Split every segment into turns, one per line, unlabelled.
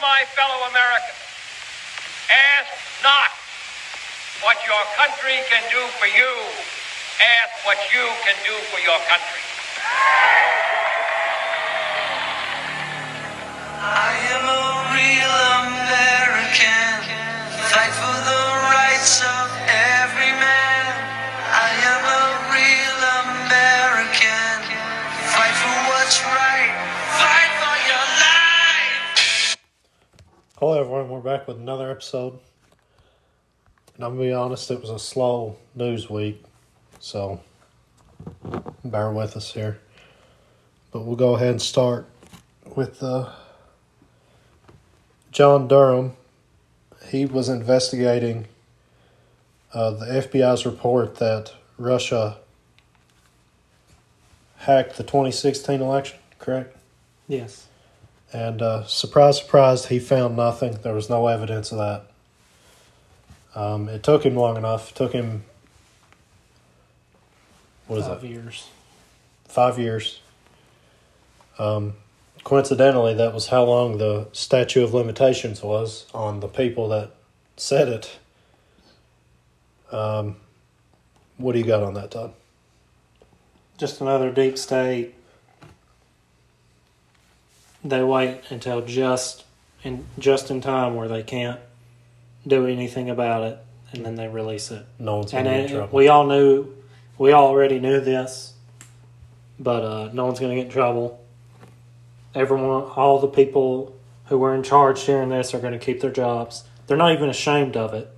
my fellow Americans, ask not what your country can do for you, ask what you can do for your country.
I am a real American. Fight for the rights of every man. I am a real American. Fight for what's right. Fight for your life.
Hello, everyone. We're back with another episode. And I'm going to be honest, it was a slow news week. So bear with us here. But we'll go ahead and start with uh, John Durham. He was investigating uh, the FBI's report that Russia hacked the 2016 election, correct?
Yes.
And uh, surprise, surprise, he found nothing. There was no evidence of that. Um, it took him long enough. It took him, what is
Five
it,
years.
five years. Um, coincidentally, that was how long the statute of limitations was on the people that said it. Um, what do you got on that, Todd?
Just another deep state. They wait until just in just in time where they can't do anything about it, and then they release it.
No one's going to
And
get in
it-
trouble.
we all knew, we already knew this, but uh, no one's going to get in trouble. Everyone, all the people who were in charge during this are going to keep their jobs. They're not even ashamed of it.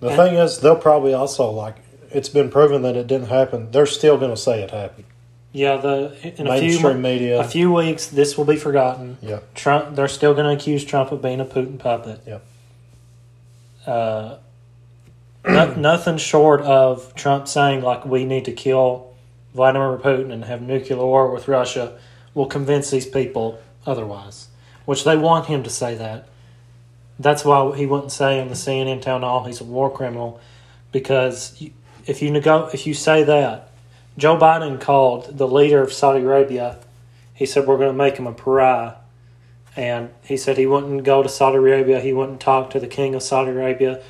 The
And-
thing is, they'll probably also like. It's been proven that it didn't happen. They're still going to say it happened.
Yeah, the in a few
Mainstream media.
a few weeks this will be forgotten.
Yeah,
Trump, they're still going to accuse Trump of being a Putin puppet.
Yep.
Uh, no, nothing short of Trump saying like we need to kill Vladimir Putin and have nuclear war with Russia will convince these people otherwise, which they want him to say that. That's why he wouldn't say on the CNN town hall he's a war criminal, because you- if you nego- if you say that, Joe Biden called the leader of Saudi Arabia. He said we're going to make him a pariah and he said he wouldn't go to Saudi Arabia. He wouldn't talk to the king of Saudi Arabia.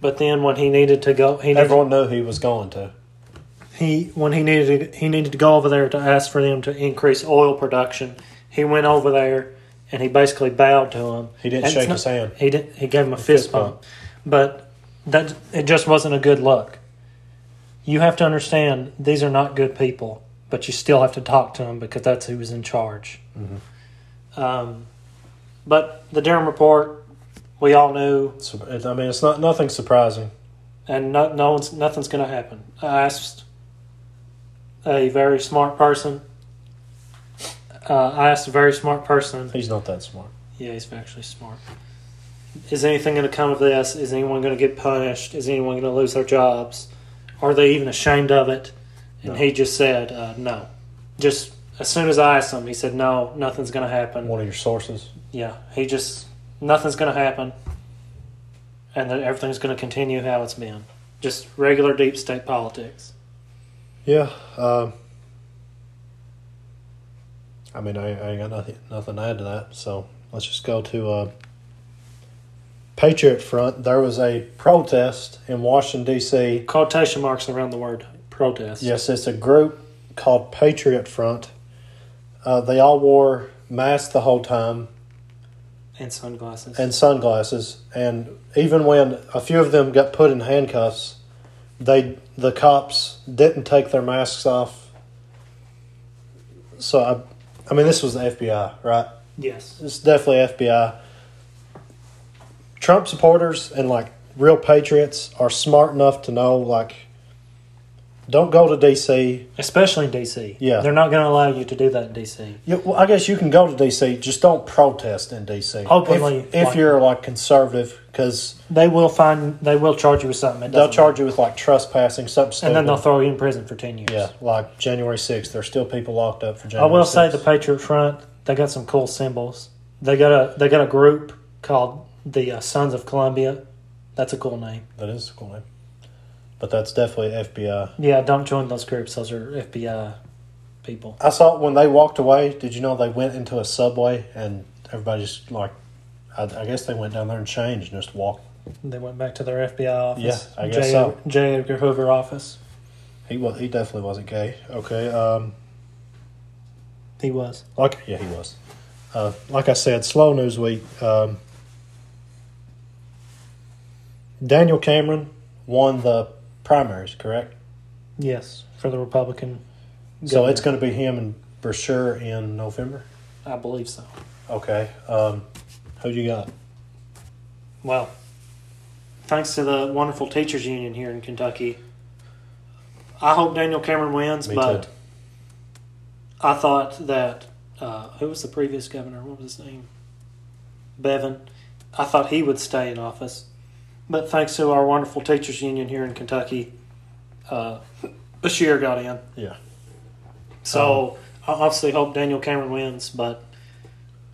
But then when he needed to go, he needed,
everyone knew he was going to.
he when he needed he needed to go over there to ask for them to increase oil production. He went over there and he basically bowed to him.
He didn't
And it's
shake his hand.
He didn't. He gave him a fist,
pump.
bump. But that it just wasn't a good look. You have to understand these are not good people, but you still have to talk to them because that's who was in charge.
Mm-hmm.
Um, but the Durham report, we all knew
So, it- I mean, it's not nothing surprising.
and no, no one's nothing's going to happen. I asked a very smart person. Uh, I asked a very smart person.
He's not that smart.
Yeah, he's actually smart. Is anything going to come of this? Is anyone going to get punished? Is anyone going to lose their jobs? Are they even ashamed of it? And
No.
he just said uh, no. Just as soon as I asked him, he said no, nothing's going to happen.
One of your sources.
Yeah, he just nothing's going to happen, and then everything's going to continue how it's been. Just regular deep state politics.
Yeah.
uh,
Um, I mean, I, I ain't got nothing, nothing to add to that. So let's just go to uh, Patriot Front. There was a protest in Washington D.C.
Quotation marks around the word protest.
Yes, it's a group called Patriot Front. Uh, they all wore masks the whole time
and sunglasses.
and sunglasses, and even when a few of them got put in handcuffs, they the cops didn't take their masks off. So I, I mean, this was the FBI, right?
yes,
It's definitely FBI. Trump supporters and like real patriots are smart enough to know like, don't go to D.C.
especially in DC.
Yeah.
they're not going to allow you to do that in DC.
Yeah, well, I guess you can go to DC. Just don't protest in DC.
Openly,
if, if
like-
you're like conservative, because
They will find. They will charge you with something. It
they'll
doesn't
charge you with like trespassing,
matter.
something.
and then they'll
stupid.
throw you in prison for ten years.
yeah, like January sixth. There's still people locked up for
I
January.
will say
6th.
the Patriot Front. They got some cool symbols. They got a they got a group called the uh, Sons of Columbia. That's a cool name.
that is a cool name, but that's definitely FBI.
Yeah, don't join those groups. Those are FBI people.
I saw when they walked away. Did you know they went into a subway and everybody just like I, I guess they went down there and changed and just walked.
They went back to their FBI office.
Yeah, I guess
J.
so.
Ed- J. Edgar Hoover office.
He was he definitely wasn't gay. Okay. Um.
He was.
Like yeah, he was. Uh, like I said, slow news week. Um, Daniel Cameron won the primaries, correct?
Yes, for the Republican.
So
governor.
it's going to be him and Brashear in November.
I believe so.
Okay. Um, who you got?
Well, thanks to the wonderful teachers union here in Kentucky, I hope Daniel Cameron wins.
Me
but
too.
I thought that uh, who was the previous governor? What was his name? Bevin. I thought he would stay in office, but thanks to our wonderful teachers union here in Kentucky, uh, Bashir got in.
Yeah.
So I obviously hope Daniel Cameron wins, but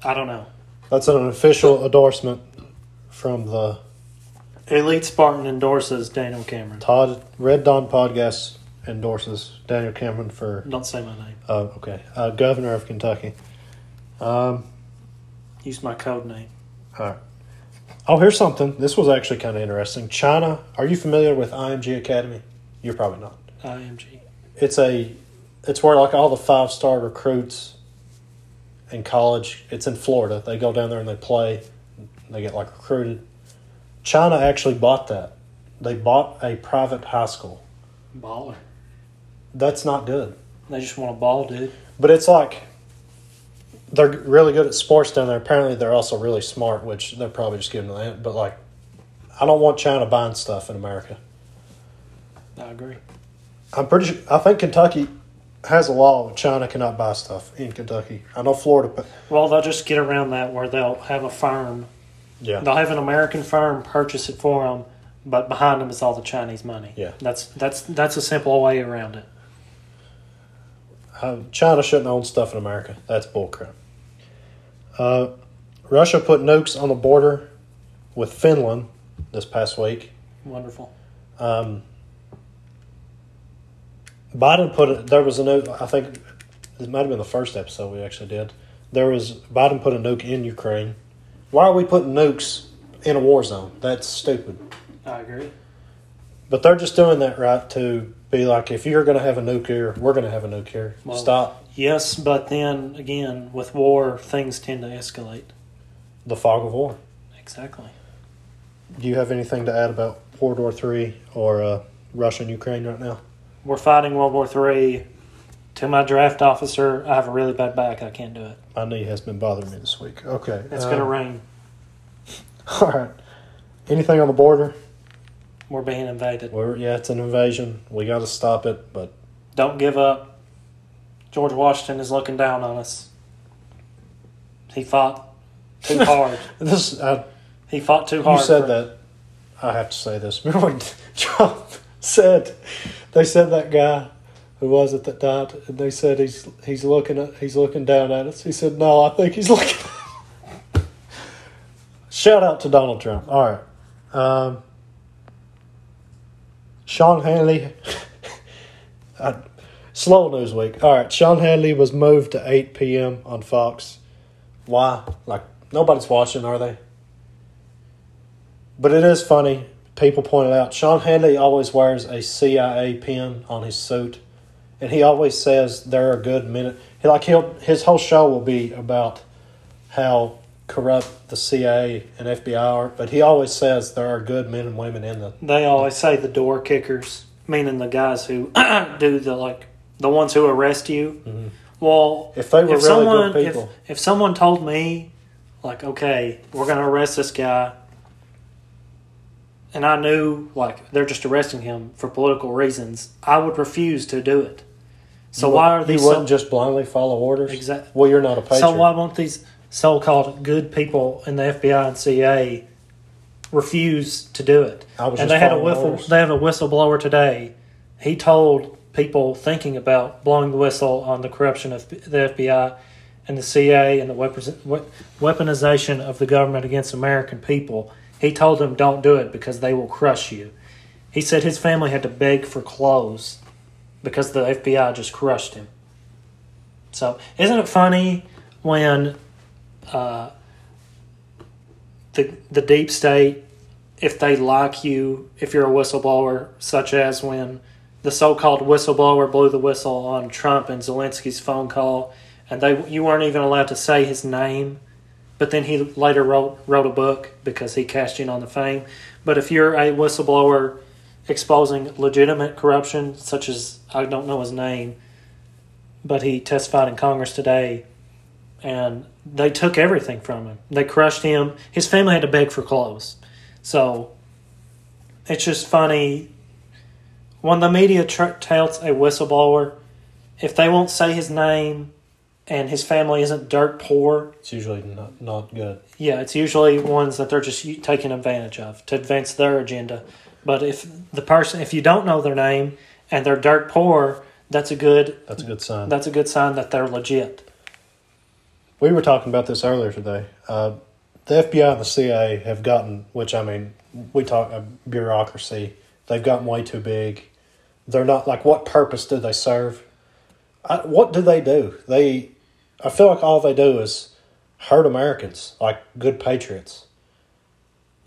I don't know.
That's an official endorsement from the
Elite Spartan endorses Daniel Cameron.
Todd Red Dawn podcast endorses Daniel Cameron for
Don't say my name.
uh, okay uh, governor of Kentucky. Um,
Use my code name.
all right. Oh, here's something. This was actually kind of interesting. China. Are you familiar with IMG Academy? You're probably not.
IMG.
It's a. It's where like all the five star recruits in college. It's in Florida. They go down there and they play. They get like recruited. China actually bought that. They bought a private high school.
Baller.
That's not good.
They just want a ball, dude.
But it's like they're really good at sports down there. Apparently, they're also really smart, which they're probably just giving them that. But like, I don't want China buying stuff in America.
I agree.
I'm pretty. Sure, I think Kentucky has a law that China cannot buy stuff in Kentucky. I know Florida. But
Well, they'll just get around that where they'll have a firm.
yeah,
They'll have an American firm purchase it for them, but behind them is all the Chinese money.
Yeah.
That's that's that's a simple way around it.
Uh, China shouldn't own stuff in America. That's bullcrap. Uh, Russia put nukes on the border with Finland this past week.
Wonderful.
Um, Biden put a, there was a nuke. I think it might have been the first episode we actually did. There was Biden put a nuke in Ukraine. Why are we putting nukes in a war zone? That's stupid.
I agree.
But they're just doing that right to be like, if you're going to have a nuke here, we're going to have a nuke here.
Well-
Stop
Yes, but then again, with war, things tend to escalate.
the fog of war.
Exactly.
Do you have anything to add about World War Three or uh, Russia and Ukraine right now?
We're fighting World War Three. To my draft officer, I have a really bad back. I can't do it.
My knee has been bothering me this week. Okay,
It's
uh,
gonna rain.
All right. Anything on the border?
We're being invaded.
We're, yeah, it's an invasion. We got to stop it. But
Don't give up. George Washington is looking down on us. He fought too hard.
this, I,
He fought too hard.
you said
for-
that. I have to say this. Remember when Trump said they said that guy who was it that died? And they said he's he's looking at he's looking down at us. He said, "No, I think he's looking." Shout out to Donald Trump. All right, um, Sean Hanley. I, slow news week. All right, Sean Hanley was moved to eight p.m. on Fox. Why? Like nobody's watching, are they? But it is funny. People pointed out Sean Hanley always wears a CIA pin on his suit, and he always says there are good minute. He like he'll his whole show will be about how corrupt the CIA and FBI are, but he always says there are good men and women in the.
They always say the door kickers, meaning the guys who do the like the ones who arrest you. Well,
Mm-hmm. If they were really good
someone, if-
people.
if, someone told me, like, okay, we're gonna arrest this guy, and I knew like they're just arresting him for political reasons, I would refuse to do it. So
You
why
wouldn't-
are these
You
so,
wouldn't just blindly follow orders.
Exact-
Well, you're not a patriot.
so why won't these so-called good people in the FBI and CIA refuse to do it?
I was
and
just
they had a
following
whistle.
orders.
They have a whistleblower today. He told people thinking about blowing the whistle on the corruption of the FBI and the CIA and the weapons- we- weaponization of the government against American people. He told them, "Don't do it because they will crush you." He said his family had to beg for clothes because the FBI just crushed him. So, isn't it funny when uh, the the deep state, if they like you, if you're a whistleblower, such as when the so-called whistleblower blew the whistle on Trump and Zelensky's phone call, and they you weren't even allowed to say his name, but then he later wrote wrote a book because he cashed in on the fame. But if you're a whistleblower exposing legitimate corruption, such as I don't know his name, but he testified in Congress today, and they took everything from him. They crushed him. His family had to beg for clothes. So it's just funny when the media tr- touts a whistleblower. If they won't say his name, and his family isn't dirt poor,
It's usually not, not good.
yeah, it's usually ones that they're just u- taking advantage of to advance their agenda. But if the person, if you don't know their name and they're dirt poor, that's a good
That's a good sign.
that's a good sign that they're legit.
We were talking about this earlier today. Uh, the FBI and the CIA have gotten, which I mean, we talk uh, bureaucracy. They've gotten way too big. They're not like what purpose do they serve? I, what do they do? They, I feel like all they do is hurt Americans, like good patriots.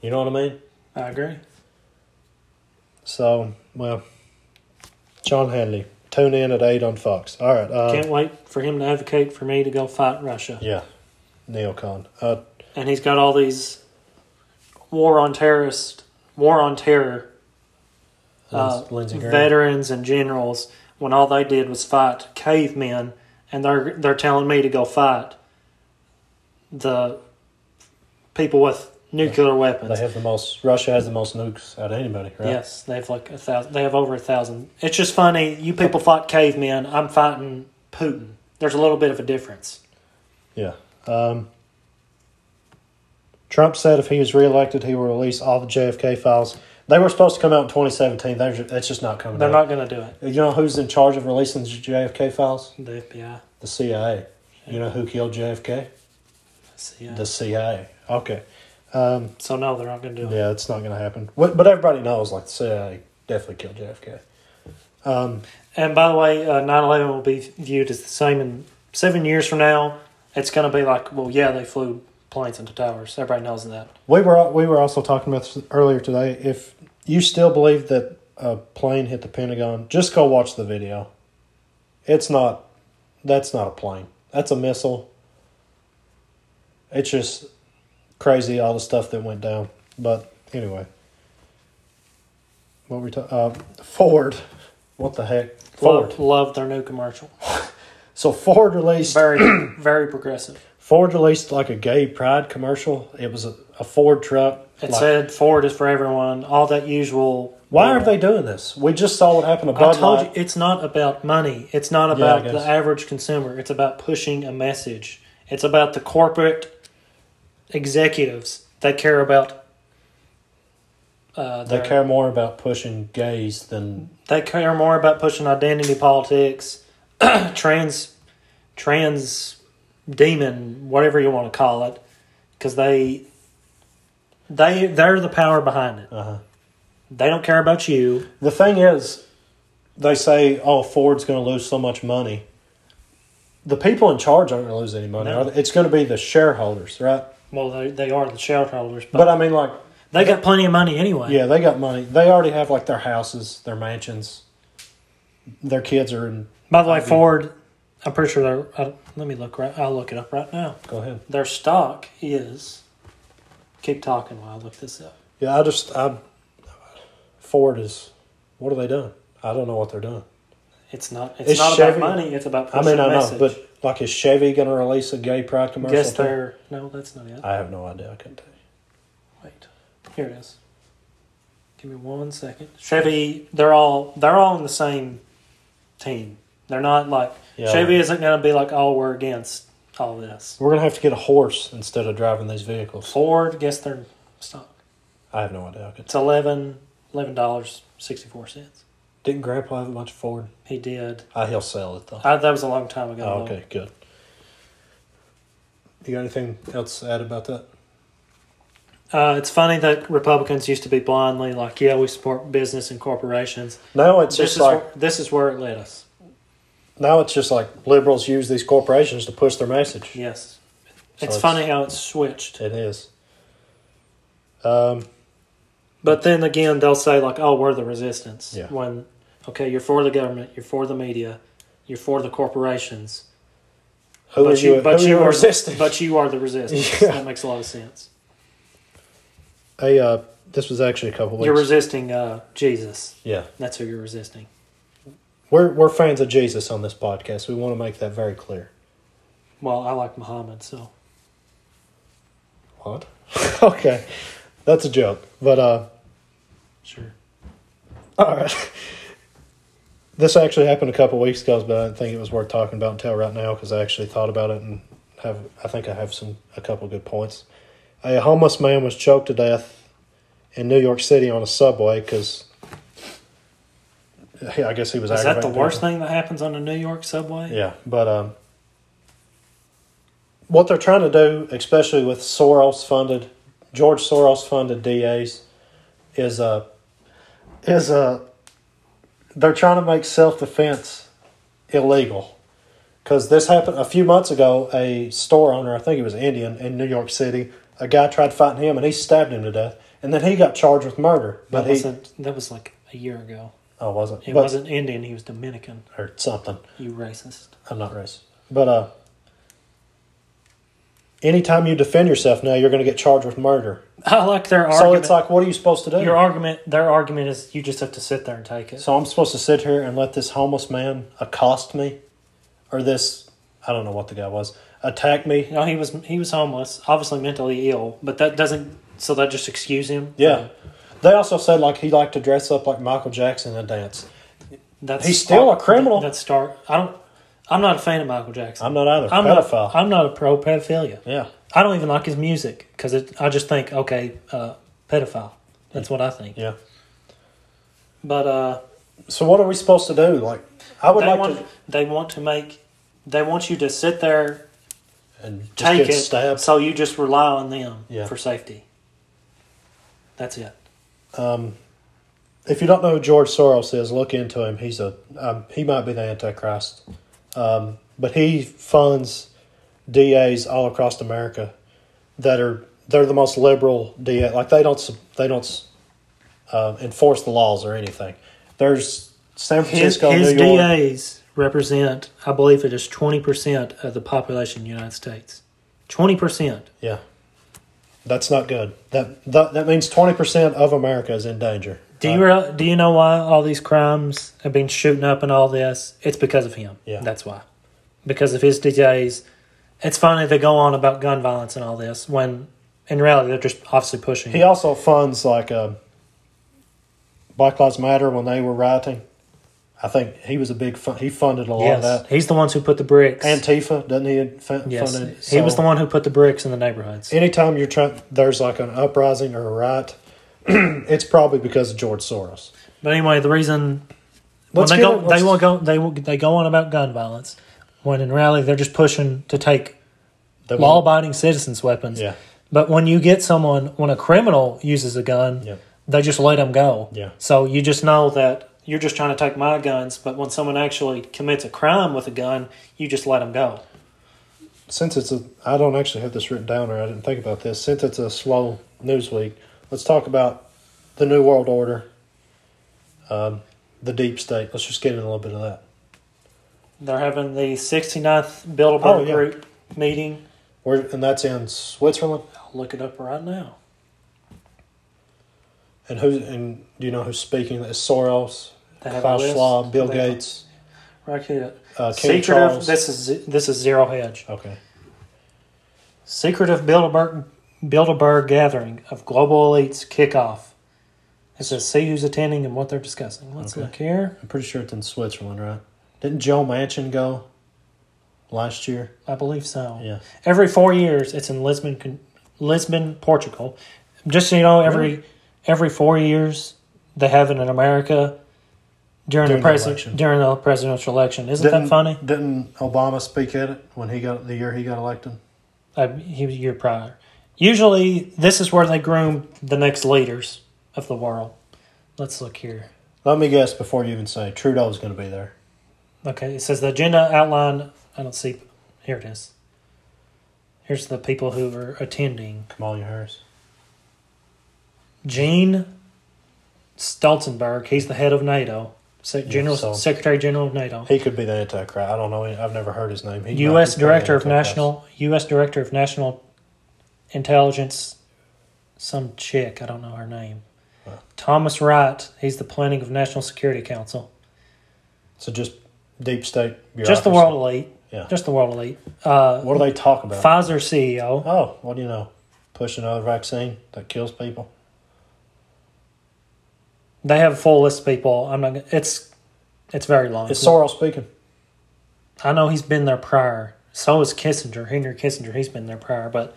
You know what I mean?
I agree.
So well, John Hanley, tune in at eight on Fox. All right, uh,
Can't wait for him to advocate for me to go fight Russia.
yeah, neocon. Uh,
And he's got all these war on terrorist, war on terror uh,
Lindsey Graham.
veterans and generals when all they did was fight cavemen, and they're they're telling me to go fight the people with nuclear weapons.
They have the most. Russia has the most nukes out of anybody, right?
Yes, they have like a thousand. They have over a thousand. It's just funny. You people fight cavemen. I'm fighting Putin. There's a little bit of a difference.
Yeah. Um, Trump said if he was reelected, he will release all the JFK files. They were supposed to come out in 2017. They're just, that's just not coming
They're
out.
not going to do it.
you know who's in charge of releasing the JFK files?
The FBI.
The CIA. You know who killed JFK?
See, uh,
The CIA. Okay.
so no, they're not going to do it.
Yeah, it's not going to happen. But, but everybody knows, like, the CIA definitely killed JFK.
And by the way, uh, 9-11 will be viewed as the same in seven years from now. It's going to be like, well, yeah, they flew planes into towers. Everybody knows that.
We were we were also talking about this earlier today. If you still believe that a plane hit the Pentagon, just go watch the video. It's not. That's not a plane. That's a missile. It's just crazy all the stuff that went down. But anyway, what we ta- uh, Ford? What the heck? Ford.
Loved, loved their new commercial.
So Ford released
Very, very progressive.
Ford released like a gay pride commercial. It was a, a Ford truck.
It
like-
said Ford is for everyone. All that usual.
Why are they doing this? We just saw what happened to
I
Bud
told
Light.
you it's not about money. It's not about
I
the
guess.
average consumer. It's about pushing a message. It's about the corporate executives. They care about. Uh,
They
their-
care more about pushing gays than
they care more about pushing identity politics, trans, trans demon, whatever you want to call it, because they they they're the power behind it.
Uh-huh.
They don't care about you.
the thing is. They say, "Oh, Ford's going to lose so much money." The people in charge aren't going to lose any money.
No.
are they? It's going to be the shareholders, right?
Well, they, they are the shareholders, but,
But I mean, like,
they got plenty of money anyway.
yeah, they got money. They already have like their houses, their mansions. Their kids are in.
By the way,
do.
Ford, I'm pretty sure they're. Uh, let me look right. I'll look it up right now.
Go ahead.
Their stock is. Keep talking while I look this up.
Yeah, I just I. Ford is. What are they doing? I don't know what they're doing.
It's not. It's,
It's
not
Chevy.
about money. It's about.
I
Pushing
mean, I
message.
know, but like, is Chevy going to release a gay pride commercial?
Guess
too?
they're no, that's not it.
I have no idea. I couldn't tell you.
Wait, here it is. Give me one second. Chevy, they're all they're all in the same team. They're not like
Yeah.
Chevy isn't going to be like, oh, we're against all this.
We're gonna have to get a horse instead of driving these vehicles.
Ford, guess their stock.
I have no idea. I could
It's eleven eleven dollars sixty four cents.
Didn't Grandpa have a bunch of Ford?
He did.
Ah, he'll sell it though.
I, that was a long time ago.
Oh,
though.
okay, good. You got anything else to add about that?
Uh, it's funny that Republicans used to be blindly like, yeah, we support business and corporations.
No, it's
this
just
is
like
where, this is where it led us.
now it's just like liberals use these corporations to push their message.
Yes.
So
it's,
it's-
funny how it's switched.
It is. Um,
But then again, they'll say like, "Oh, we're the resistance."
Yeah.
When okay, you're for the government, you're for the media, you're for the corporations,
who
but
are
you,
you,
but
who
you
are
are
resisting?
But you are the resistance.
Yeah.
That makes a lot of sense.
Hey, uh, this was actually a couple weeks.
You're resisting uh, Jesus.
yeah,
That's who you're resisting.
we're we're fans of Jesus on this podcast. We want to make that very clear.
Well, I like Muhammad, so
What? okay, that's a joke. But uh,
sure.
all right. This actually happened a couple weeks ago, but I didn't think it was worth talking about until right now because I actually thought about it and have I think I have some a couple good points. A homeless man was choked to death in New York City on a subway because I guess he was.
Is that the
aggravating
worst
people.
thing that happens on a New York subway?
Yeah, but um, what they're trying to do, especially with Soros funded, George Soros funded DAs, is uh, is uh, they're trying to make self defense illegal. Because this happened a few months ago, a store owner, I think he was Indian in New York City, a guy tried fighting him and he stabbed him to death, and then he got charged with murder.
That
But he,
wasn't. That was like a year ago.
oh, wasn't
He
but-
wasn't Indian. He was Dominican.
or something.
You racist.
I'm not racist. But uh, anytime you defend yourself now, you're going to get charged with murder.
I like their
So
argument.
it's like, what are you supposed to do?
your argument. Their argument is you just have to sit there and take it.
so I'm supposed to sit here and let this homeless man accost me, or this I don't know what the guy was attack me.
No, he was he was homeless, obviously mentally ill, but that doesn't so that just excuse him.
Yeah. They also said like he liked to dress up like Michael Jackson and dance.
That's
He's still a criminal.
That's start. I don't. I'm not a fan of Michael Jackson.
I'm not either.
I'm
pedophile.
not. I'm not a pro pedophilia.
yeah.
I don't even like his music because I just think okay, uh, pedophile. That's what I think.
Yeah.
But uh,
So what are we supposed to do? Like, I would
they
like
want they want to make they want you to sit there
to and just
take
get
it,
stabbed.
so you just rely on them
Yeah.
for safety. That's it.
if you don't know who George Soros is, look into him. He's a um, he might be the Antichrist, um, but he funds DAs all across America that are they're the most liberal DA. Like they don't s- they don't s- uh, enforce the laws or anything. There's San
His,
Francisco,
his
New York.
DAs represent, I believe it is 20% of the population of the United States. 20%.
Yeah, that's not good. That that, that means twenty percent of America is in danger. Uh,
Do you, re- do you know why all these crimes have been shooting up and all this? It's because of him.
Yeah.
That's why. Because of his DAs. It's funny they go on about gun violence and all this when in reality they're just obviously pushing
He
it.
also funds like uh, Black Lives Matter when they were rioting. I think he was a big fun. He funded a lot
Yes.
of that.
He's the ones who put the bricks.
Antifa doesn't he fund,
yes.
funded?
he was the one who put the bricks in the neighborhoods.
Anytime you're trying, there's like an uprising or a riot. it's probably because of George Soros.
But anyway, the reason when
Let's
they
get
go,
it-
they
let's-
will go, they will, they go on about gun violence. When in reality, they're just pushing to take
They want-
law-abiding citizens' weapons.
Yeah.
But when you get someone, when a criminal uses a gun,
Yeah.
they just let them go.
Yeah.
So you just know that you're just trying to take my guns. But when someone actually commits a crime with a gun, you just let them go.
Since it's a, I don't actually have this written down, or I didn't think about this. Since it's a slow news week, let's talk about the New World Order, um, the deep state. Let's just get in a little bit of that.
They're having the 69th Bilderberg
Oh, yeah.
Group meeting.
Where and that's in Switzerland.
I'll look it up right now.
And who? And do you know who's speaking? It's Soros,
They have a
Klaus
list.
Schwab, Bill
They-
Gates,
Right here.
uh, King
Secretive.
Charles.
This is this is zero hedge.
okay.
Secretive Bilderberg, Bilderberg gathering of global elites kickoff. It says, see who's attending and what they're discussing. Let's
Okay.
look here.
I'm pretty sure it's in Switzerland, right? Didn't Joe Manchin go last year?
I believe so.
Yeah.
Every four years, it's in Lisbon, Con- Lisbon, Portugal. Just so you know, every
Really?
every four years they have it in America during,
During
the
the
president
election.
during the presidential election. Isn't
Didn't,
that funny?
Didn't Obama speak at it when he got the year he got elected?
Uh, he was a year prior. Usually, this is where they groom the next leaders of the world. Let's look here.
Let me guess before you even say Trudeau's going to be there.
Okay, it says the agenda outline. I don't see. Here it is. Here's the people who are attending.
Kamala Harris.
Gene Stoltenberg, he's the head of NATO, Sec- General
so-
Secretary General of NATO,
He could be the Antichrist. I don't know. I've never heard his name. He might
U.S.
be the
Director of
Antichrist.
National U.S. Director of National Intelligence, some chick I don't know her name. Thomas Wright, he's the planning of National Security Council.
So just deep state.
Just
bureaucracy.
the world elite.
Yeah.
Just the world elite. Uh,
What do they talk about?
Pfizer E CEO.
Oh, what do you know? Push another vaccine that kills people.
They have a full list of people. I'm not. gonna- It's it's very long.
It's Soros speaking.
I know he's been there prior. So is Kissinger, Henry Kissinger. He's been there prior, but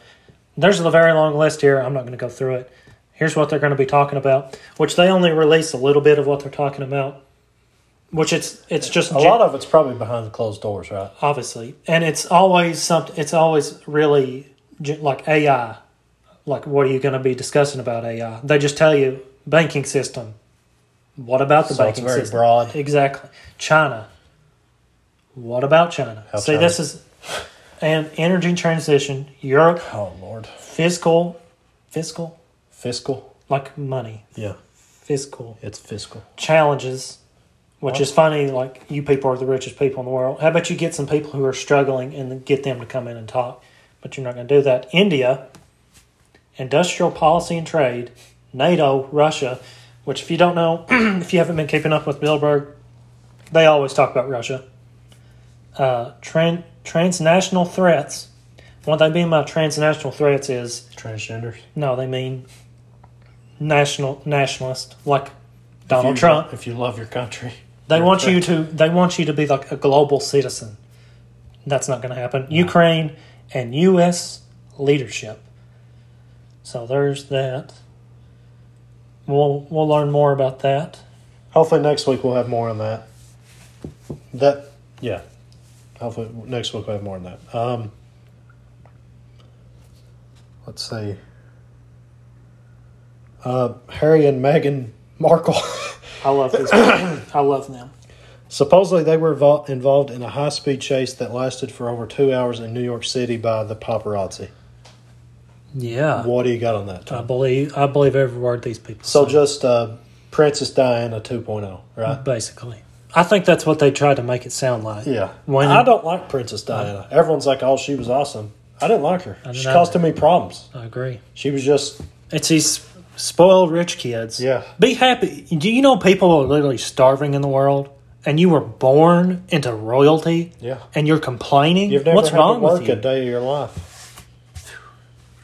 there's a very long list here. I'm not going to go through it. Here's what they're going to be talking about, which they only release a little bit of what they're talking about, which it's it's just
A lot of it's probably behind the closed doors, right?
obviously, and it's always something. It's always really ge- like AI. Like, what are you going to be discussing about AI? They just tell you banking system. What about the
So it's
banking
very
system?
broad.
Exactly. China. What about China?
How
See,
China-
this is and energy transition. Europe
Oh Lord,
fiscal, fiscal
fiscal.
like money
Yeah,
fiscal
it's fiscal.
challenges, which is funny. Like you people are the richest people in the world. How about you get some people who are struggling and get them to come in and talk? But you're not going to do that. India, industrial policy and trade, NATO, Russia. Which, if you don't know, if you haven't been keeping up with Bilderberg, they always talk about Russia. Uh, tran- transnational threats. What they mean by transnational threats is
Transgenders.
no, they mean national nationalist, like
If
Donald
you-
Trump.
If you love your country,
They
you're
want you
correct.
to. They want you to be like a global citizen. That's not going to happen. Ukraine and U.S. leadership. So there's that. We'll we'll learn more about that.
Hopefully next week we'll have more on that. That yeah. Hopefully next week we'll have more on that. Um, let's see. Uh, Harry and Meghan Markle.
I love these. people. I love them.
Supposedly, they were invol- involved in a high speed chase that lasted for over two hours in New York City by the paparazzi.
Yeah,
What do you got on that?
I
Tom?
believe I believe every word these people.
So,
say,
just uh, Princess Diana 2.0, right?
basically, I think that's what they tried to make it sound like.
Yeah.
When-
I don't like Princess Diana. Everyone's like, oh, she was awesome. I didn't like her.
I
She
didn't
caused too
either.
many problems.
I agree.
She was just,
It's these spoiled rich kids.
Yeah.
Be happy. Do you know people are literally starving in the world? And you were born into royalty?
Yeah.
And you're complaining?
you've never
What's
had
wrong
to work
with you?
a day of your life.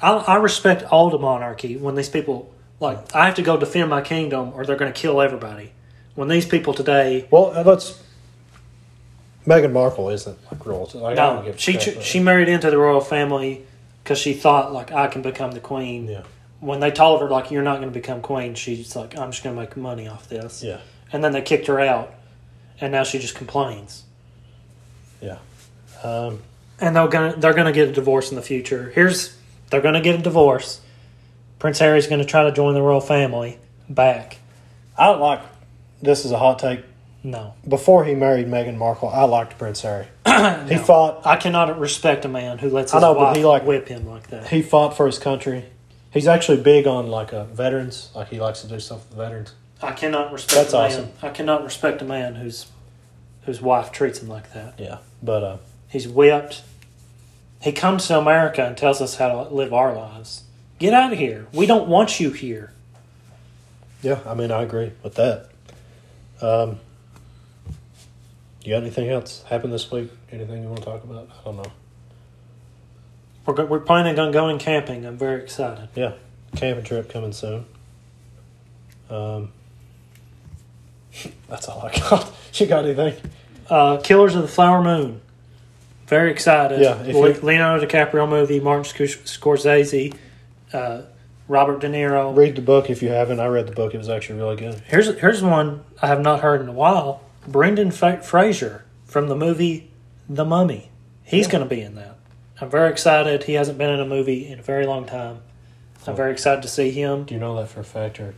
I, I respect all the monarchy when these people, like, I have to go defend my kingdom or they're going to kill everybody. When these people today,
Well, uh, let's. Meghan Markle isn't like royalty. Like, I don't
no,
give a
she,
crap about
she
her.
married into the royal family because she thought, like, I can become the queen.
Yeah.
When they told her, like, you're not going to become queen, she's like, I'm just going to make money off this.
Yeah.
and then they kicked her out, and now she just complains.
Yeah.
And they're gonna they're gonna get a divorce in the future. Here's they're gonna get a divorce. Prince Harry's gonna try to join the royal family back.
I don't like. This is a hot take.
No,
before he married Meghan Markle, I liked Prince Harry. He fought
I cannot respect a man who lets
I
his
know, but
wife
he, like-
whip him like that.
he fought for his country. He's actually big on like uh, veterans. Like he likes to do stuff for veterans.
I cannot respect.
That's
a man.
awesome.
I cannot respect a man whose whose wife treats him like that.
Yeah, but uh,
He's whipped. He comes to America and tells us how to live our lives. Get out of here. We don't want you here.
yeah, I mean I agree with that. Um, you got anything else happen this week? Anything you want to talk about? I don't know.
We're, go- we're planning on going camping. I'm very excited.
Yeah, camping trip coming soon. Um, that's all I got. you got anything?
Uh, Killers of the Flower Moon. Very excited.
Yeah, if
Le-
you-
Leonardo DiCaprio movie, Martin Sc- Scorsese, uh, Robert De Niro.
Read the book if you haven't. I read the book. It was actually really good.
Here's here's one I have not heard in a while. Brendan Fa- Fraser from the movie The Mummy. He's going to be in that. I'm very excited. He hasn't been in a movie in a very long time. I'm very excited to see him.
Do you know that for a fact, or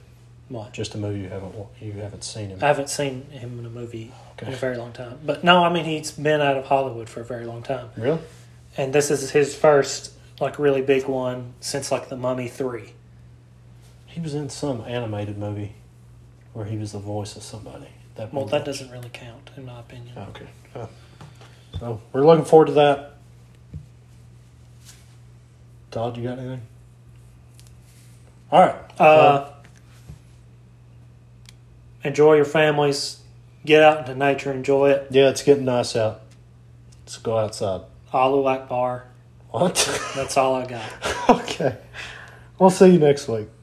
What?
just a movie you haven't wa- you haven't seen him?
I haven't seen him in a movie in
Okay.
a very long time. But no, I mean he's been out of Hollywood for a very long time,
Really?
and this is his first like really big one since like The Mummy Three.
He was in some animated movie where he was the voice of somebody. That
Well,
one-
that doesn't really count, in my opinion.
Okay. Oh. So we're looking forward to that. Todd, you got anything? All right.
Uh, enjoy your families. Get out into nature. Enjoy it.
yeah, it's getting nice out. Let's go outside.
Allahu Akbar.
What?
That's all I got.
okay. We'll see you next week.